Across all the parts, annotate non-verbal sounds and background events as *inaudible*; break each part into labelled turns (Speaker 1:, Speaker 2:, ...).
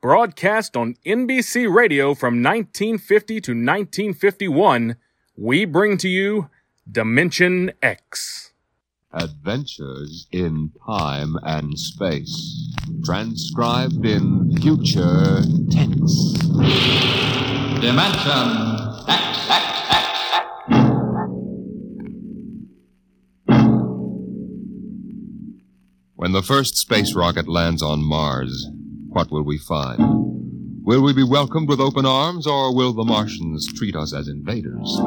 Speaker 1: broadcast on NBC Radio from 1950 to 1951, we bring to you Dimension X.
Speaker 2: Adventures in Time and Space. Transcribed in future tense.
Speaker 3: Dimension X, X, X, X.
Speaker 2: When the first space rocket lands on Mars, what will we find? Will we be welcomed with open arms, or will the Martians treat us as invaders?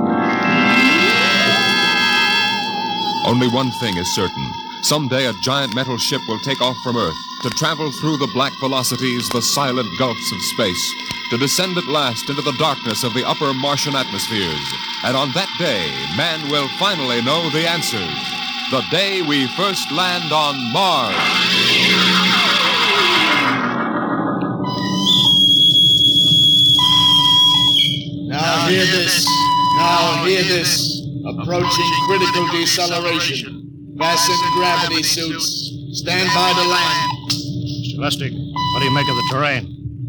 Speaker 2: Only one thing is certain. Someday a giant metal ship will take off from Earth to travel through the black velocities, the silent gulfs of space, to descend at last into the darkness of the upper Martian atmospheres. And on that day, man will finally know the answers. The day we first land on Mars.
Speaker 4: Now hear this. Now hear this. Approaching critical deceleration. Fasten gravity suits. Stand by to land.
Speaker 5: Mr. Lustig, what do you make of the terrain?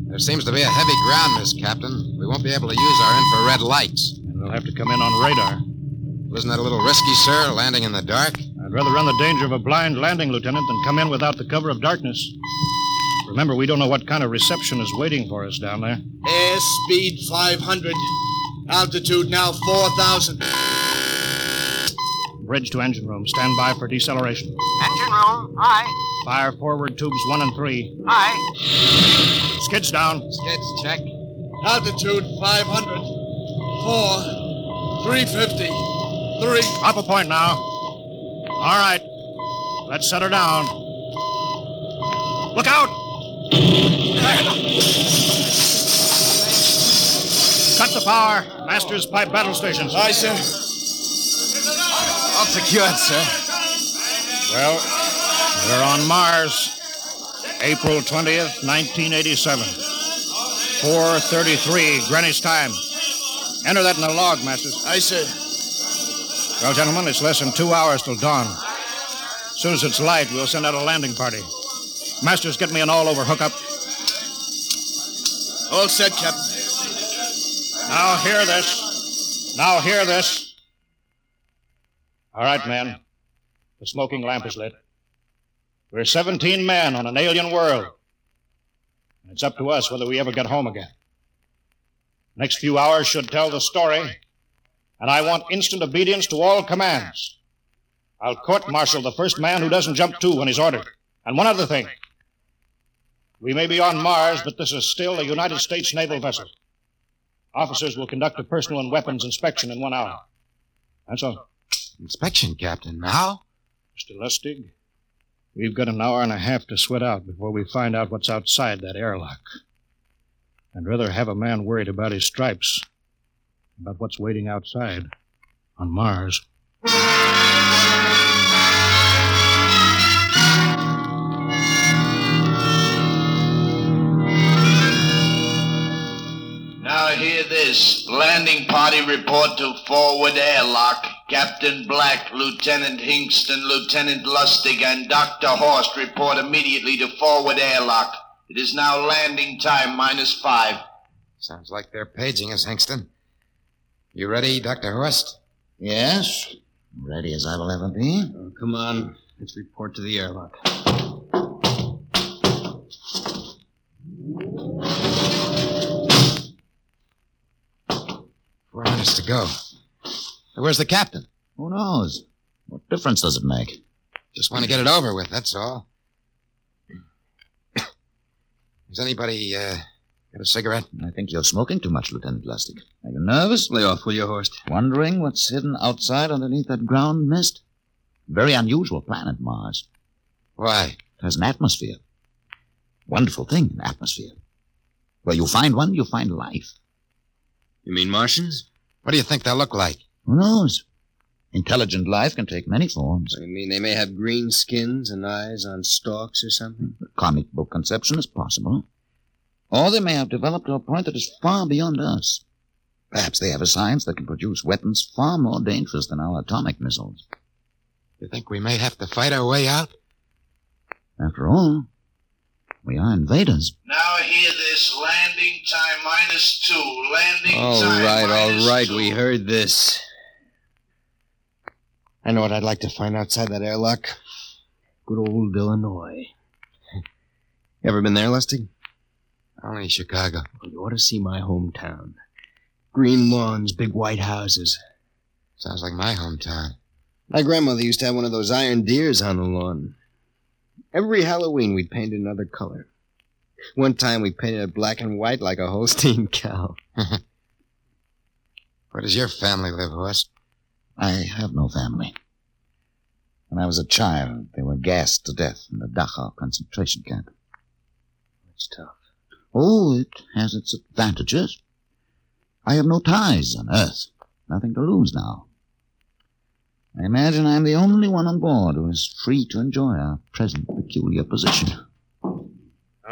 Speaker 6: There seems to be a heavy ground, Miss Captain. We won't be able to use our infrared lights.
Speaker 5: And we'll have to come in on radar.
Speaker 6: Wasn't that a little risky, sir, landing in the dark?
Speaker 5: I'd rather run the danger of a blind landing, Lieutenant, than come in without the cover of darkness. Remember, we don't know what kind of reception is waiting for us down there.
Speaker 4: Air speed 500. Altitude now 4,000.
Speaker 5: Bridge to engine room. Stand by for deceleration.
Speaker 7: Engine room, aye,
Speaker 5: Fire forward tubes one and three.
Speaker 7: aye,
Speaker 5: Skids down.
Speaker 6: Skids, check.
Speaker 4: Altitude 500. 4. 350. 3.
Speaker 5: Up a point now. All right. Let's set her down. Look out! Cut the power. Masters pipe battle stations.
Speaker 4: Aye, sir.
Speaker 6: All secured, sir.
Speaker 5: Well, we're on Mars. April 20th, 1987. 4.33, Greenwich time. Enter that in the log, Masters.
Speaker 4: Aye, sir.
Speaker 5: Well, gentlemen, it's less than two hours till dawn. soon as it's light, we'll send out a landing party. Masters, get me an all-over hookup.
Speaker 4: All set, Captain.
Speaker 5: Now hear this. Now hear this. All right, men. The smoking lamp is lit. We're 17 men on an alien world. And It's up to us whether we ever get home again. Next few hours should tell the story, and I want instant obedience to all commands. I'll court martial the first man who doesn't jump to when he's ordered. And one other thing. We may be on Mars, but this is still a United States naval vessel. Officers will conduct a personal and weapons inspection in one hour. That's all.
Speaker 6: Inspection, Captain. Now?
Speaker 5: Mr. Lustig, we've got an hour and a half to sweat out before we find out what's outside that airlock. I'd rather have a man worried about his stripes, about what's waiting outside on Mars.
Speaker 4: Now hear this. Landing party report to forward airlock. Captain Black, Lieutenant Hingston, Lieutenant Lustig, and Dr. Horst report immediately to forward airlock. It is now landing time minus five.
Speaker 6: Sounds like they're paging us, Hingston. You ready, Dr. Horst?
Speaker 8: Yes. Ready as I will ever be.
Speaker 6: come on. Let's report to the airlock. Four minutes to go. Where's the captain?
Speaker 8: Who knows? What difference does it make?
Speaker 6: Just want to get it over with, that's all. Has anybody uh, got a cigarette?
Speaker 8: I think you're smoking too much, Lieutenant Lustig. Are you nervous?
Speaker 6: Lay off, will you, Horst?
Speaker 8: Wondering what's hidden outside underneath that ground mist? Very unusual planet, Mars.
Speaker 6: Why?
Speaker 8: It has an atmosphere. Wonderful thing, an atmosphere. Where you find one, you find life.
Speaker 9: You mean Martians?
Speaker 6: What do you think they'll look like?
Speaker 8: Who knows? Intelligent life can take many forms.
Speaker 9: I mean, they may have green skins and eyes on stalks or something.
Speaker 8: A comic book conception is possible. Or they may have developed to a point that is far beyond us. Perhaps they have a science that can produce weapons far more dangerous than our atomic missiles.
Speaker 6: You think we may have to fight our way out?
Speaker 8: After all, we are invaders.
Speaker 4: Now hear this. Landing time minus two. Landing
Speaker 9: All
Speaker 4: time
Speaker 9: right,
Speaker 4: minus
Speaker 9: all right,
Speaker 4: two.
Speaker 9: we heard this. I know what I'd like to find outside that airlock. Good old Illinois. *laughs* You ever been there, Lustig?
Speaker 6: Only Chicago.
Speaker 9: Well, you ought to see my hometown. Green lawns, big white houses.
Speaker 6: Sounds like my hometown.
Speaker 9: My grandmother used to have one of those iron deers on the lawn. Every Halloween, we'd paint it another color. One time, we painted it black and white like a Holstein cow.
Speaker 6: Where does your family live, Horst?
Speaker 8: I have no family. When I was a child, they were gassed to death in the Dachau concentration camp.
Speaker 9: It's tough.
Speaker 8: Oh, it has its advantages. I have no ties on Earth. Nothing to lose now. I imagine I'm the only one on board who is free to enjoy our present peculiar position.
Speaker 10: All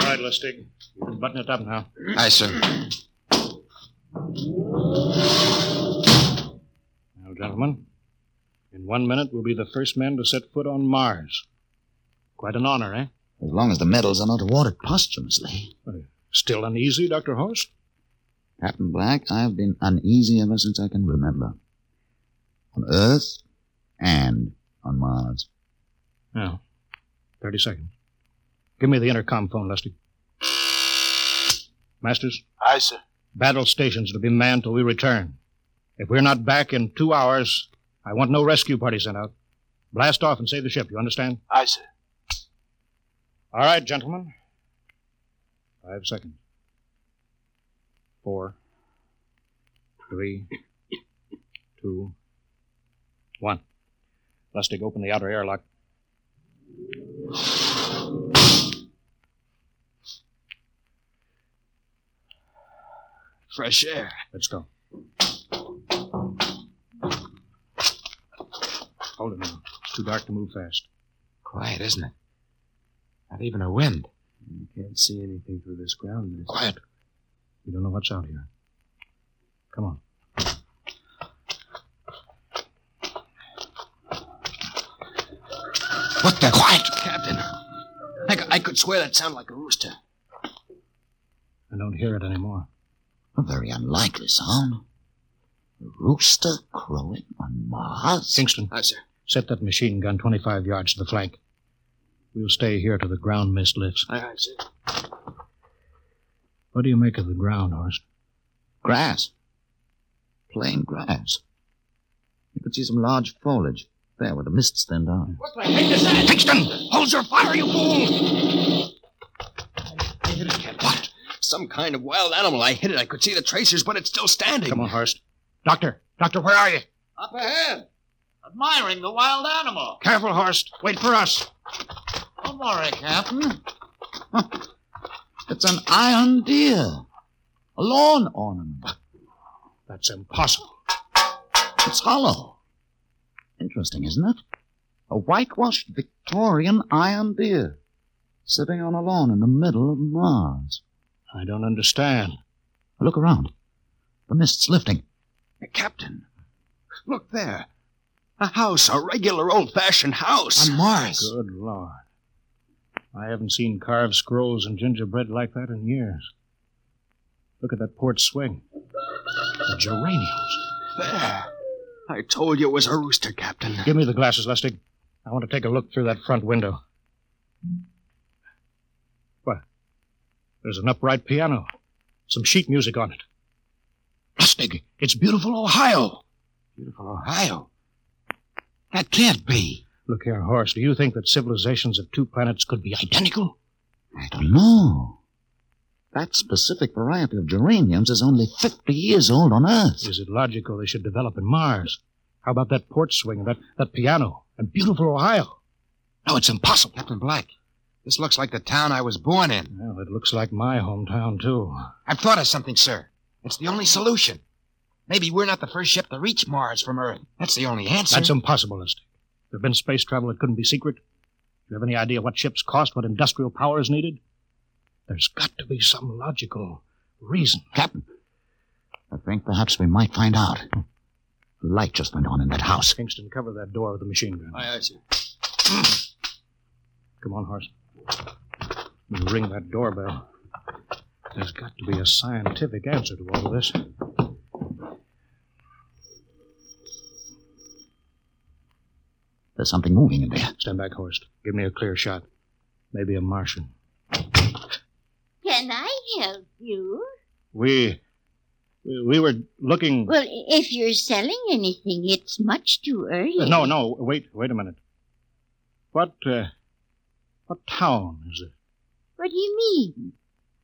Speaker 10: right, Lustig. You can button it up now.
Speaker 6: Aye, sir.
Speaker 10: Now, gentlemen, in one minute we'll be the first men to set foot on Mars. Quite an honor, eh?
Speaker 8: As long as the medals are not awarded posthumously.
Speaker 10: Still uneasy, Dr. Horst?
Speaker 8: Captain Black, I've been uneasy ever since I can remember. On Earth and on Mars.
Speaker 10: Now, 30 seconds. Give me the intercom phone, Lustig. Masters,
Speaker 11: Aye, sir.
Speaker 10: battle stations to be manned till we return. If we're not back in two hours, I want no rescue party sent out. Blast off and save the ship, you understand?
Speaker 11: Aye, sir.
Speaker 10: All right, gentlemen. Five seconds. Four. Three. Two. One. Lustig, open the outer airlock.
Speaker 9: Fresh air.
Speaker 10: Let's go. Hold it now. It's too dark to move fast.
Speaker 6: Quiet, isn't it? Not even a wind.
Speaker 9: You can't see anything through this ground. Miss.
Speaker 6: Quiet.
Speaker 10: We don't know what's out here. Come on.
Speaker 6: What the? Quiet!
Speaker 9: Captain, I, c- I could swear that sounded like a rooster.
Speaker 10: I don't hear it anymore.
Speaker 8: A very unlikely sound. A rooster crowing on Mars?
Speaker 10: Kingston,
Speaker 9: Aye, sir.
Speaker 10: set that machine gun 25 yards to the flank. We'll stay here till the ground mist lifts.
Speaker 9: Aye, aye, sir.
Speaker 10: What do you make of the ground, Horst?
Speaker 8: Grass. Plain grass. You could see some large foliage there where the mists thinned out.
Speaker 9: What? Some kind of wild animal. I hit it. I could see the tracers, but it's still standing.
Speaker 10: Come on, Horst. Doctor! Doctor, where are you?
Speaker 9: Up ahead.
Speaker 11: Admiring the wild animal.
Speaker 10: Careful, Horst. Wait for us.
Speaker 11: Don't worry, Captain.
Speaker 8: *laughs* It's an iron deer. A lawn ornament.
Speaker 10: That's impossible.
Speaker 8: It's hollow. Interesting, isn't it? A whitewashed Victorian iron deer. Sitting on a lawn in the middle of Mars.
Speaker 10: I don't understand.
Speaker 8: Look around. The mist's lifting.
Speaker 9: Captain, look there. A house, a regular old fashioned house.
Speaker 6: On Mars.
Speaker 10: Good Lord. I haven't seen carved scrolls and gingerbread like that in years. Look at that port swing. The geraniums.
Speaker 9: There. I told you it was a rooster, Captain.
Speaker 10: Give me the glasses, Lustig. I want to take a look through that front window. What? There's an upright piano. Some sheet music on it.
Speaker 6: Lustig, it's beautiful Ohio. Beautiful Ohio? That can't be.
Speaker 10: Look here, Horace. Do you think that civilizations of two planets could be identical?
Speaker 8: I don't know. That specific variety of geraniums is only 50 years old on Earth.
Speaker 10: Is it logical they should develop in Mars? How about that port swing and that, that piano and beautiful Ohio?
Speaker 6: No, it's impossible. Captain Black, This looks like the town I was born in.
Speaker 10: Well, it looks like my hometown, too.
Speaker 6: I've thought of something, sir. It's the only solution. Maybe we're not the first ship to reach Mars from Earth. That's the only answer.
Speaker 10: That's impossible, Lustig. There's been space travel that couldn't be secret. Do you have any idea what ships cost, what industrial power is needed? There's got to be some logical reason.
Speaker 8: Captain, I think perhaps we might find out. A light just went on in that house.
Speaker 10: Kingston, cover that door with the machine gun.
Speaker 9: Aye, aye, sir.
Speaker 10: Come on, Horace. You ring that doorbell. There's got to be a scientific answer to all this.
Speaker 8: There's something moving in there.
Speaker 10: Stand back, Horst. Give me a clear shot. Maybe a Martian.
Speaker 12: Can I help you?
Speaker 10: We. We were looking.
Speaker 12: Well, if you're selling anything, it's much too early.
Speaker 10: No, no, wait, wait a minute. What, uh, what town is it?
Speaker 12: What do you mean?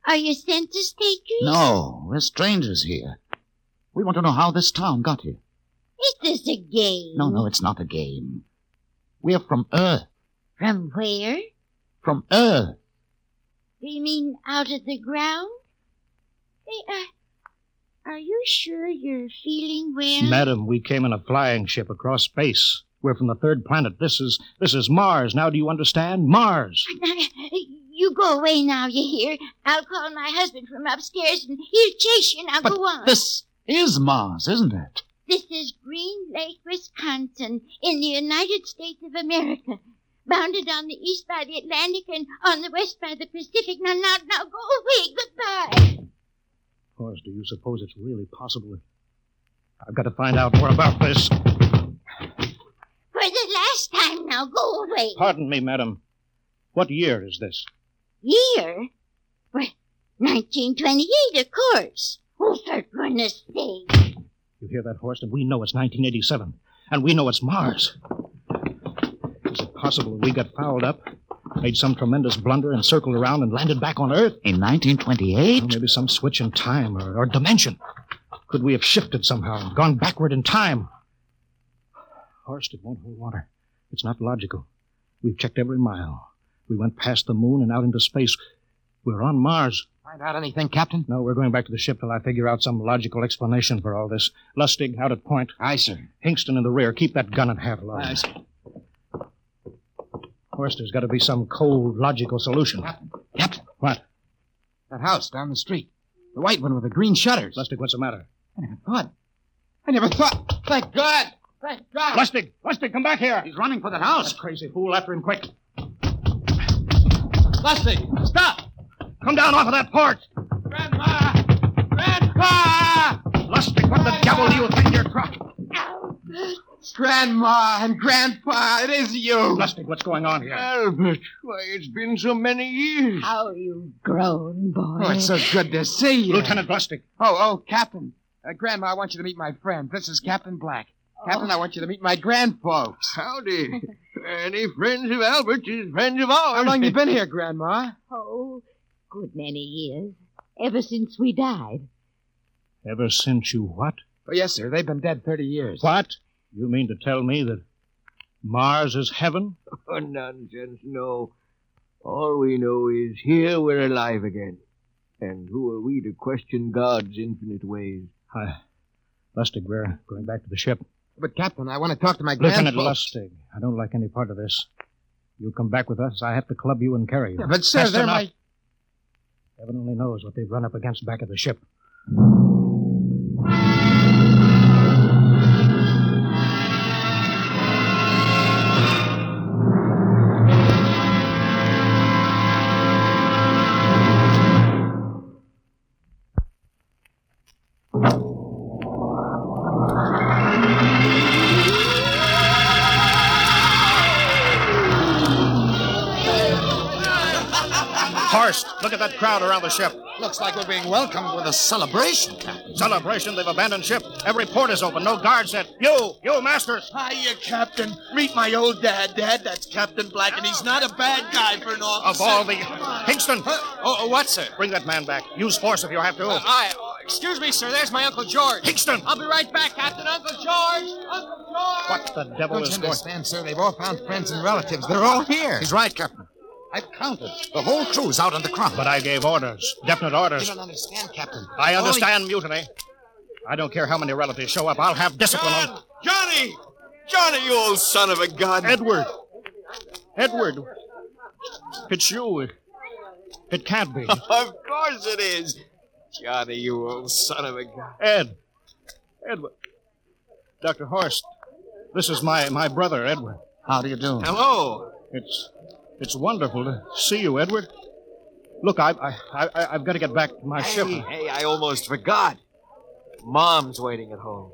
Speaker 12: Are you census takers?
Speaker 8: No, we're strangers here. We want to know how this town got here.
Speaker 12: Is this a game?
Speaker 8: No, no, it's not a game. We're from Earth.
Speaker 12: From where?
Speaker 8: From Earth.
Speaker 12: Do you mean out of the ground? Hey, uh, are you sure you're feeling well?
Speaker 10: Madam, we came in a flying ship across space. We're from the third planet. This is this is Mars. Now do you understand? Mars.
Speaker 12: *laughs* you go away now, you hear? I'll call my husband from upstairs and he'll chase you now.
Speaker 8: But
Speaker 12: Go on.
Speaker 8: this is Mars, isn't it?
Speaker 12: This is Green Lake, Wisconsin, in the United States of America. Bounded on the east by the Atlantic and on the west by the Pacific. Now, now, now, go away. Goodbye.
Speaker 10: Horace, do you suppose it's really possible? I've got to find out more about this.
Speaker 12: For the last time now, go away.
Speaker 10: Pardon me, madam. What year is this?
Speaker 12: Year? Well, 1928, of course. Oh, for goodness sake.
Speaker 10: You hear that, Horst? And we know it's 1987. And we know it's Mars. Is it possible we got fouled up, made some tremendous blunder, and circled around and landed back on Earth?
Speaker 8: In 1928?
Speaker 10: Or maybe some switch in time or, or dimension. Could we have shifted somehow, gone backward in time? Horst, it won't hold water. It's not logical. We've checked every mile. We went past the moon and out into space. We're on Mars.
Speaker 6: Find out anything, Captain?
Speaker 10: No, we're going back to the ship till I figure out some logical explanation for all this. Lustig, out at point.
Speaker 6: Aye, sir.
Speaker 10: Hingston in the rear. Keep that gun in half low.
Speaker 6: Aye, sir.
Speaker 10: Horst, there's got to be some cold, logical solution.
Speaker 6: Captain, Captain,
Speaker 10: What?
Speaker 6: that house down the street. The white one with the green shutters.
Speaker 10: Lustig, what's the matter?
Speaker 6: I never thought. I never thought. Thank God. Thank God.
Speaker 10: Lustig! Lustig, come back here!
Speaker 6: He's running for that house.
Speaker 10: That crazy fool after him quick.
Speaker 6: Lustig, stop.
Speaker 10: Come down off of that porch!
Speaker 6: Grandma. Grandpa.
Speaker 10: Lustig, what the devil do you think you're trying?
Speaker 6: Grandma and Grandpa, it is you.
Speaker 10: Lustig, what's going on here?
Speaker 6: Albert, why, it's been so many years.
Speaker 12: How you've grown, boy.
Speaker 6: Oh, it's so good to see you.
Speaker 10: Lieutenant Lustig.
Speaker 6: Oh, oh, Captain. Uh, Grandma, I want you to meet my friend. This is Captain Black. Captain, I want you to meet my grandfolks. Oh. Howdy. Any friends of Albert's is friends of ours. How long you been here, Grandma?
Speaker 12: Oh, good many years. Ever since we died.
Speaker 10: Ever since you what?
Speaker 6: Oh, yes, sir. They've been dead 30 years.
Speaker 10: What? You mean to tell me that Mars is heaven?
Speaker 5: Oh, nonsense, no. All we know is here we're alive again. And who are we to question God's infinite ways?
Speaker 10: I. Lustig, we're going back to the ship.
Speaker 6: But, Captain, I want to talk to my
Speaker 10: Lieutenant
Speaker 6: grandfolks.
Speaker 10: Lustig, I don't like any part of this. You come back with us, I have to club you and carry you.
Speaker 6: Yeah, but, sir,
Speaker 10: That's
Speaker 6: they're
Speaker 10: enough.
Speaker 6: my...
Speaker 10: Heaven only knows what they've run up against back of the ship. Horst, look at that crowd around the ship.
Speaker 6: Looks like we're being welcomed with a celebration, Captain.
Speaker 10: Celebration, they've abandoned ship. Every port is open, no guards set. You, you, Masters.
Speaker 5: Hiya, Captain. Meet my old dad, Dad. That's Captain Black, and he's not a bad guy for an
Speaker 10: Of
Speaker 5: officer.
Speaker 10: all the. Hingston,
Speaker 5: Oh, oh, what, sir?
Speaker 10: bring that man back. Use force if you have to.
Speaker 5: Uh, I. excuse me, sir. There's my Uncle George.
Speaker 10: Hingston!
Speaker 5: I'll be right back, Captain. Uncle George! Uncle George!
Speaker 10: What the devil
Speaker 6: Don't
Speaker 10: is
Speaker 6: you
Speaker 10: going
Speaker 6: understand, sir? They've all found friends and relatives. They're all here.
Speaker 8: He's right, Captain.
Speaker 5: I've counted. The whole crew's out on the crop. But I gave orders, definite orders.
Speaker 10: You don't understand, Captain.
Speaker 5: I understand mutiny. I don't care how many relatives show up. I'll have discipline on. Johnny! Johnny, you old son of a gun. Edward. Edward. It's you. It, it can't be.
Speaker 7: Oh.
Speaker 10: of course it is. Johnny, you old son of a gun.
Speaker 5: Ed. Edward. Dr. Horst. This is my, my brother, Edward. How do you do? Hello. It's it's wonderful to see you, Edward. Look, I, I, I, I've got to get back to my ship.
Speaker 10: Hey, hey, I almost forgot. Mom's waiting at home.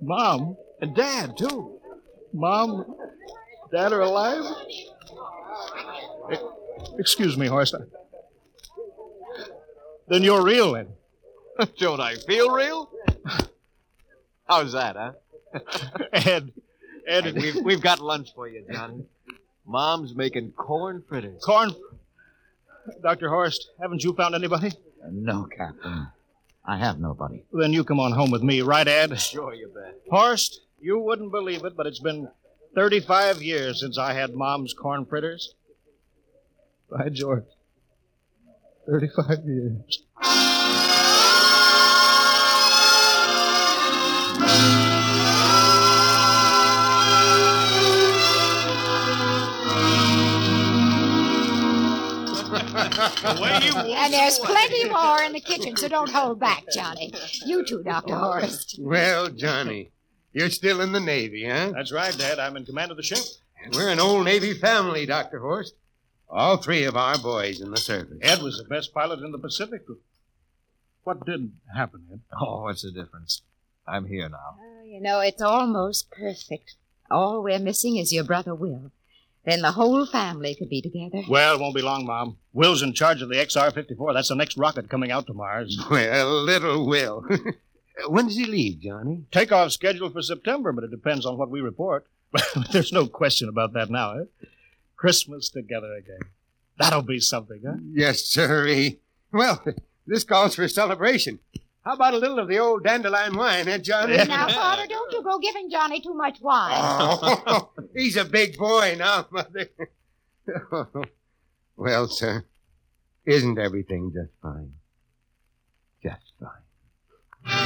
Speaker 5: Mom?
Speaker 10: And Dad, too.
Speaker 5: Mom? Dad are alive? E- Excuse me, Horst. Then you're real, Ed.
Speaker 10: *laughs* Don't I feel real? How's that, huh?
Speaker 5: *laughs* Ed. Ed.
Speaker 10: we've, we've got lunch for you, Johnny. Mom's making corn fritters.
Speaker 5: Corn. Dr. Horst, haven't you found anybody?
Speaker 8: No, Captain. I have nobody.
Speaker 5: Then you come on home with me, right, Ed?
Speaker 10: Sure, you bet.
Speaker 5: Horst, you wouldn't believe it, but it's been 35 years since I had Mom's corn fritters. By George. 35 years.
Speaker 13: And there's plenty more in the kitchen, so don't hold back, Johnny. You too, Dr. Horst.
Speaker 6: Well, Johnny, you're still in the Navy, huh?
Speaker 5: That's right, Dad. I'm in command of the ship.
Speaker 6: We're an old Navy family, Dr. Horst. All three of our boys in the service.
Speaker 5: Ed was the best pilot in the Pacific. What did happen, Ed?
Speaker 14: Oh, what's the difference? I'm here now.
Speaker 13: *laughs* You know, it's almost perfect. All we're missing is your brother Will. Then the whole family could be together.
Speaker 5: Well, it won't be long, Mom. Will's in charge of the XR 54. That's the next rocket coming out to Mars.
Speaker 6: *laughs* Well, little Will. *laughs* when does he leave, Johnny?
Speaker 5: Takeoff scheduled for September, but it depends on what we report. *laughs* There's no question about that now, eh? Christmas together again. That'll be something, huh?
Speaker 6: Yes, sirree. Well, this calls for celebration. How about a little of the old dandelion wine, eh, Johnny?
Speaker 13: Now, Father, don't you go giving Johnny too much wine.
Speaker 6: *laughs* Oh, *laughs* he's a big boy now, Mother. well, sir, isn't everything just fine? Just fine.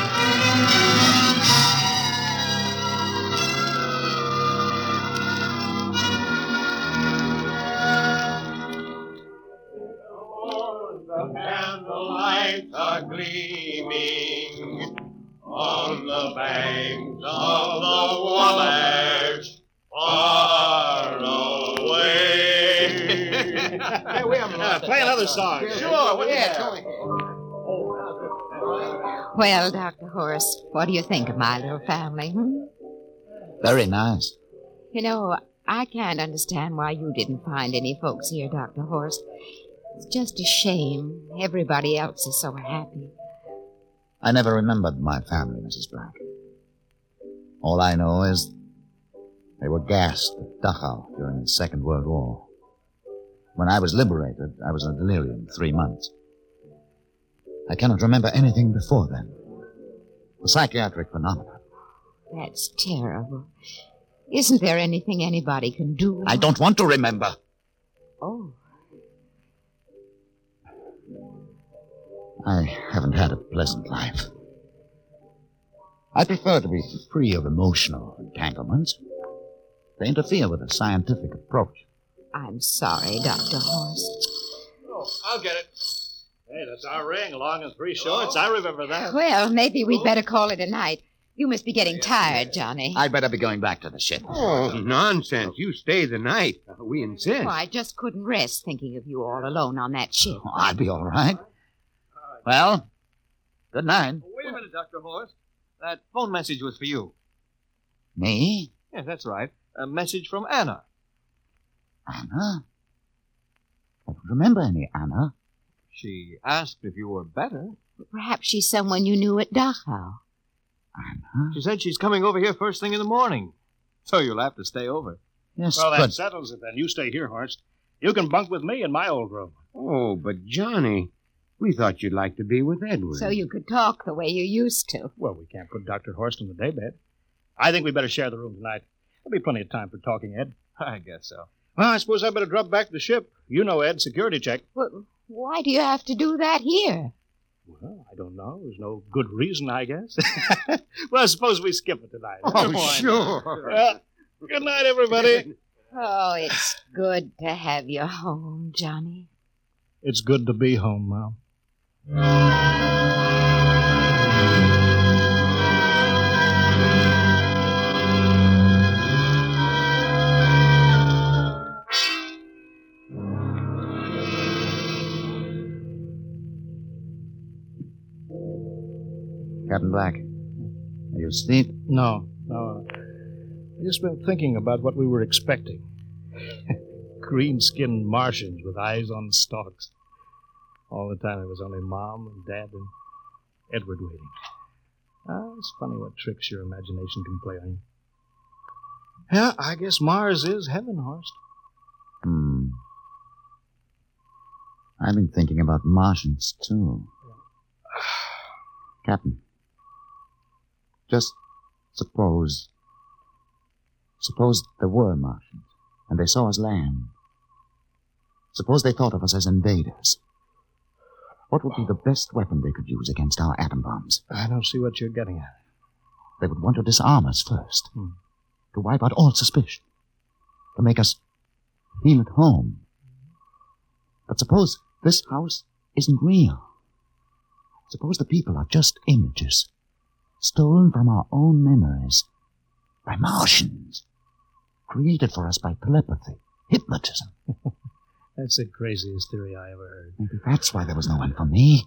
Speaker 7: Lights are gleaming on the banks of the Wabash, far
Speaker 10: *laughs*
Speaker 7: away. hey, wait a minute.
Speaker 5: play another song.
Speaker 7: Sure, what
Speaker 5: Yeah.
Speaker 13: Well, Dr. Horst, what do you think of my little family? hmm?
Speaker 8: Very nice.
Speaker 13: You know, I can't understand why you didn't find any folks here, Dr. Horst. It's just a shame. Everybody else is so happy.
Speaker 8: I never remembered my family, Mrs. Black. All I know is they were gassed at Dachau during the Second World War. When I was liberated, I was in delirium three months. I cannot remember anything before then. A psychiatric phenomenon.
Speaker 13: That's terrible. Isn't there anything anybody can do?
Speaker 8: I don't want to remember.
Speaker 13: Oh,
Speaker 8: I haven't had a pleasant life. I prefer to be free of emotional entanglements. They interfere with a scientific approach.
Speaker 13: I'm sorry, Dr. Horst.
Speaker 5: Oh, I'll get it. Hey, that's our ring, long and three shorts. I remember that.
Speaker 13: Well, maybe we'd better call it a night. You must be getting tired, Johnny.
Speaker 8: I'd better be going back to the ship.
Speaker 6: Oh, nonsense. You stay the night. We insist.
Speaker 13: Oh, I just couldn't rest thinking of you all alone on that ship.
Speaker 6: Oh.
Speaker 8: I'd be all right. Well, good night.
Speaker 10: Wait a minute, Dr. Horst. That phone message was for you.
Speaker 8: Me?
Speaker 10: Yeah, that's right. A message from Anna.
Speaker 8: Anna? I don't remember any Anna.
Speaker 10: She asked if you were better.
Speaker 13: Perhaps she's someone you knew at Dachau.
Speaker 10: She said she's coming over here first thing in the morning. So you'll have to stay over.
Speaker 8: Yes,
Speaker 5: well, that settles it then. You stay here, Horst. You can bunk with me in my old room.
Speaker 6: Oh, but Johnny, we thought you'd like to be with Edward.
Speaker 13: So you could talk the way you used to.
Speaker 5: Well, we can't put Dr. Horst in the daybed. I think we better share the room tonight. There'll be plenty of time for talking, Ed.
Speaker 10: *laughs* I guess so. Well, I suppose I better drop back to the ship. You know, Ed, security check.
Speaker 13: Wh- Why do you have to do that here?
Speaker 10: Well, I don't know. There's no good reason, I guess. *laughs* well, suppose we skip it tonight.
Speaker 7: Oh,
Speaker 10: Why not?
Speaker 7: sure.
Speaker 10: Well, good night, everybody.
Speaker 13: Oh, it's good to have you home, Johnny.
Speaker 10: It's good to be home, Mom.
Speaker 8: Captain Black, are you asleep?
Speaker 10: No, no. I just been thinking about what we were expecting. *laughs* Green skinned Martians with eyes on stalks. All the time it was only Mom and Dad and Edward waiting. Ah, it's funny what tricks your imagination can play on you. Yeah, I guess Mars is heaven, Horst.
Speaker 8: Hmm. I've been thinking about Martians, too. *sighs* Captain, just suppose. Suppose there were Martians, and they saw us land. Suppose they thought of us as invaders. What would be the best weapon they could use against our atom bombs?
Speaker 10: I don't see what you're getting at.
Speaker 8: They would want to disarm us first,
Speaker 10: Hmm.
Speaker 8: to wipe out all suspicion, to make us feel at home. But suppose this house isn't real. Suppose the people are just images, stolen from our own memories by Martians, created for us by telepathy, hypnotism. *laughs*
Speaker 10: That's the craziest theory I ever heard.
Speaker 8: Maybe that's why there was no one for me.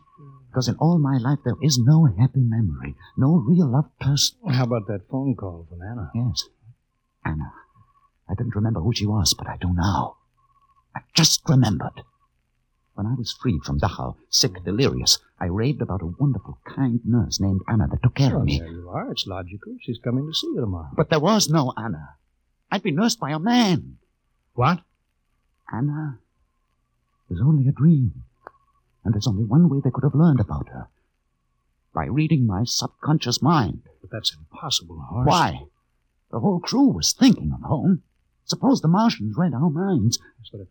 Speaker 8: Because in all my life, there is no happy memory, no real loved person.
Speaker 10: How about that phone call from Anna?
Speaker 8: Yes. Anna. I didn't remember who she was, but I do now. I just remembered. When I was freed from Dachau, sick, delirious, I raved about a wonderful, kind nurse named Anna that took care
Speaker 10: Well,
Speaker 8: of me.
Speaker 10: there you are. It's logical. She's coming to see you tomorrow.
Speaker 8: But there was no Anna. I'd been nursed by a man.
Speaker 10: What?
Speaker 8: Anna was only a dream. And there's only one way they could have learned about her by reading my subconscious mind.
Speaker 10: But that's impossible, Horace.
Speaker 8: Why? The whole crew was thinking of home. Suppose the Martians read our minds.
Speaker 10: But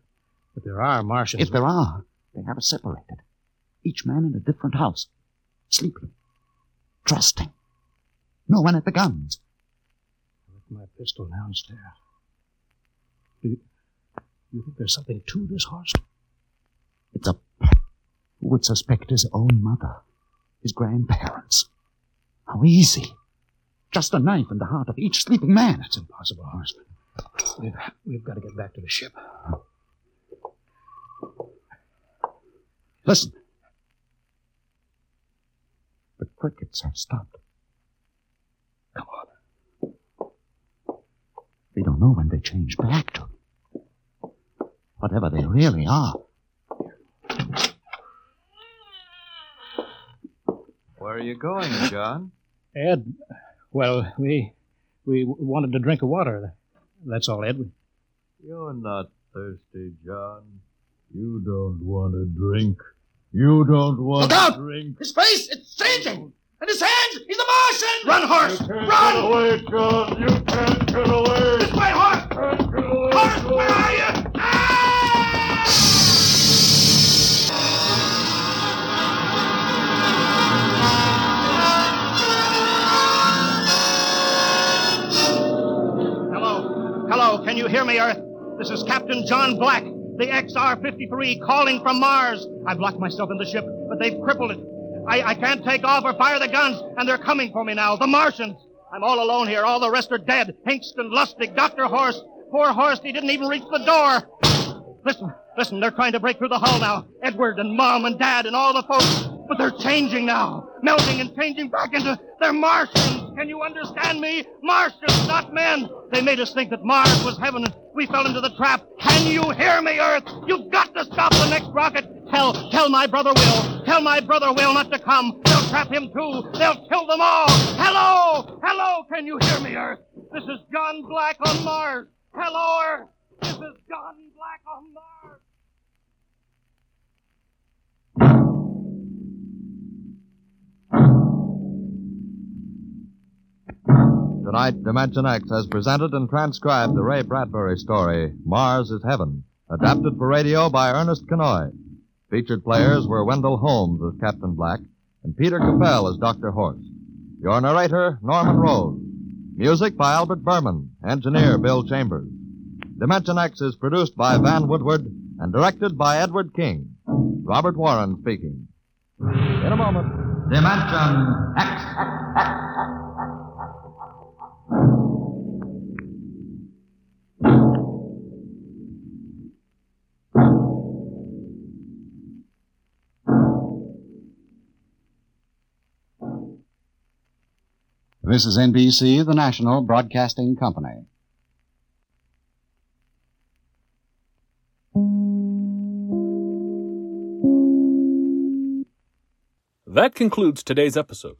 Speaker 10: if, there are Martians.
Speaker 8: If there are, they have us separated. Each man in a different house. Sleeping. Trusting. No one at the guns.
Speaker 10: My pistol downstairs. Do you, you think there's something to this, Horst?
Speaker 8: It's a. Who would suspect his own mother? His grandparents? How easy. Just a knife in the heart of each sleeping man.
Speaker 10: That's impossible, Horst. We've, we've got to get back to the ship.
Speaker 8: Listen. The crickets have stopped. Come on. We don't know when they change back to whatever they really are.
Speaker 15: Where are you going, John?
Speaker 10: Ed, well, we we wanted to drink of water. That's all, Ed.
Speaker 15: You're not thirsty, John. You don't want to drink. You don't want
Speaker 7: Look out!
Speaker 15: to drink.
Speaker 7: His face, it's
Speaker 10: Oh.
Speaker 7: changing! And his hands, he's a Martian! Run, horse! Run! Get away, John! You can't get away! This way, horse! Can't get away, horse, where are you?
Speaker 10: Hello. Hello. Can you hear me, Earth? This is Captain John Black, the XR 53, calling from Mars. I've locked myself in the ship, but they've crippled it. I, I can't take off or fire the guns, and they're coming for me now. The Martians. I'm all alone here. All the rest are dead. Hinkston, Lustig, Dr. Horst. Poor Horst, he didn't even reach the door. Listen, listen, they're trying to break through the hull now. Edward and Mom and Dad and all the folks. But they're changing now. Melting and changing back into. They're Martians. Can you understand me? Martians, not men. They made us think that Mars was heaven and we fell into the trap. Can you hear me, Earth? You've got to stop the next rocket. Tell, tell my brother Will. Tell my brother Will not to come. They'll trap him too. They'll kill them all. Hello! Hello! Can you hear me, Earth? This is John Black on Mars. Hello, Earth. This is John Black on Mars.
Speaker 16: Tonight, Dimension X has presented and transcribed the Ray Bradbury story, Mars is Heaven, adapted for radio by Ernest Canoy. Featured players were Wendell Holmes as Captain Black and Peter Capel as Dr. Horse. Your narrator, Norman Rose. Music by Albert Berman, engineer Bill Chambers. Dimension X is produced by Van Woodward and directed by Edward King. Robert Warren speaking. In a moment, Dimension X.
Speaker 17: This is NBC, the national broadcasting company.
Speaker 1: That concludes today's episode.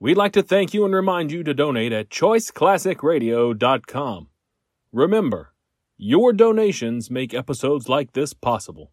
Speaker 1: We'd like to thank you and remind you to donate at choiceclassicradio.com. Remember, your donations make episodes like this possible.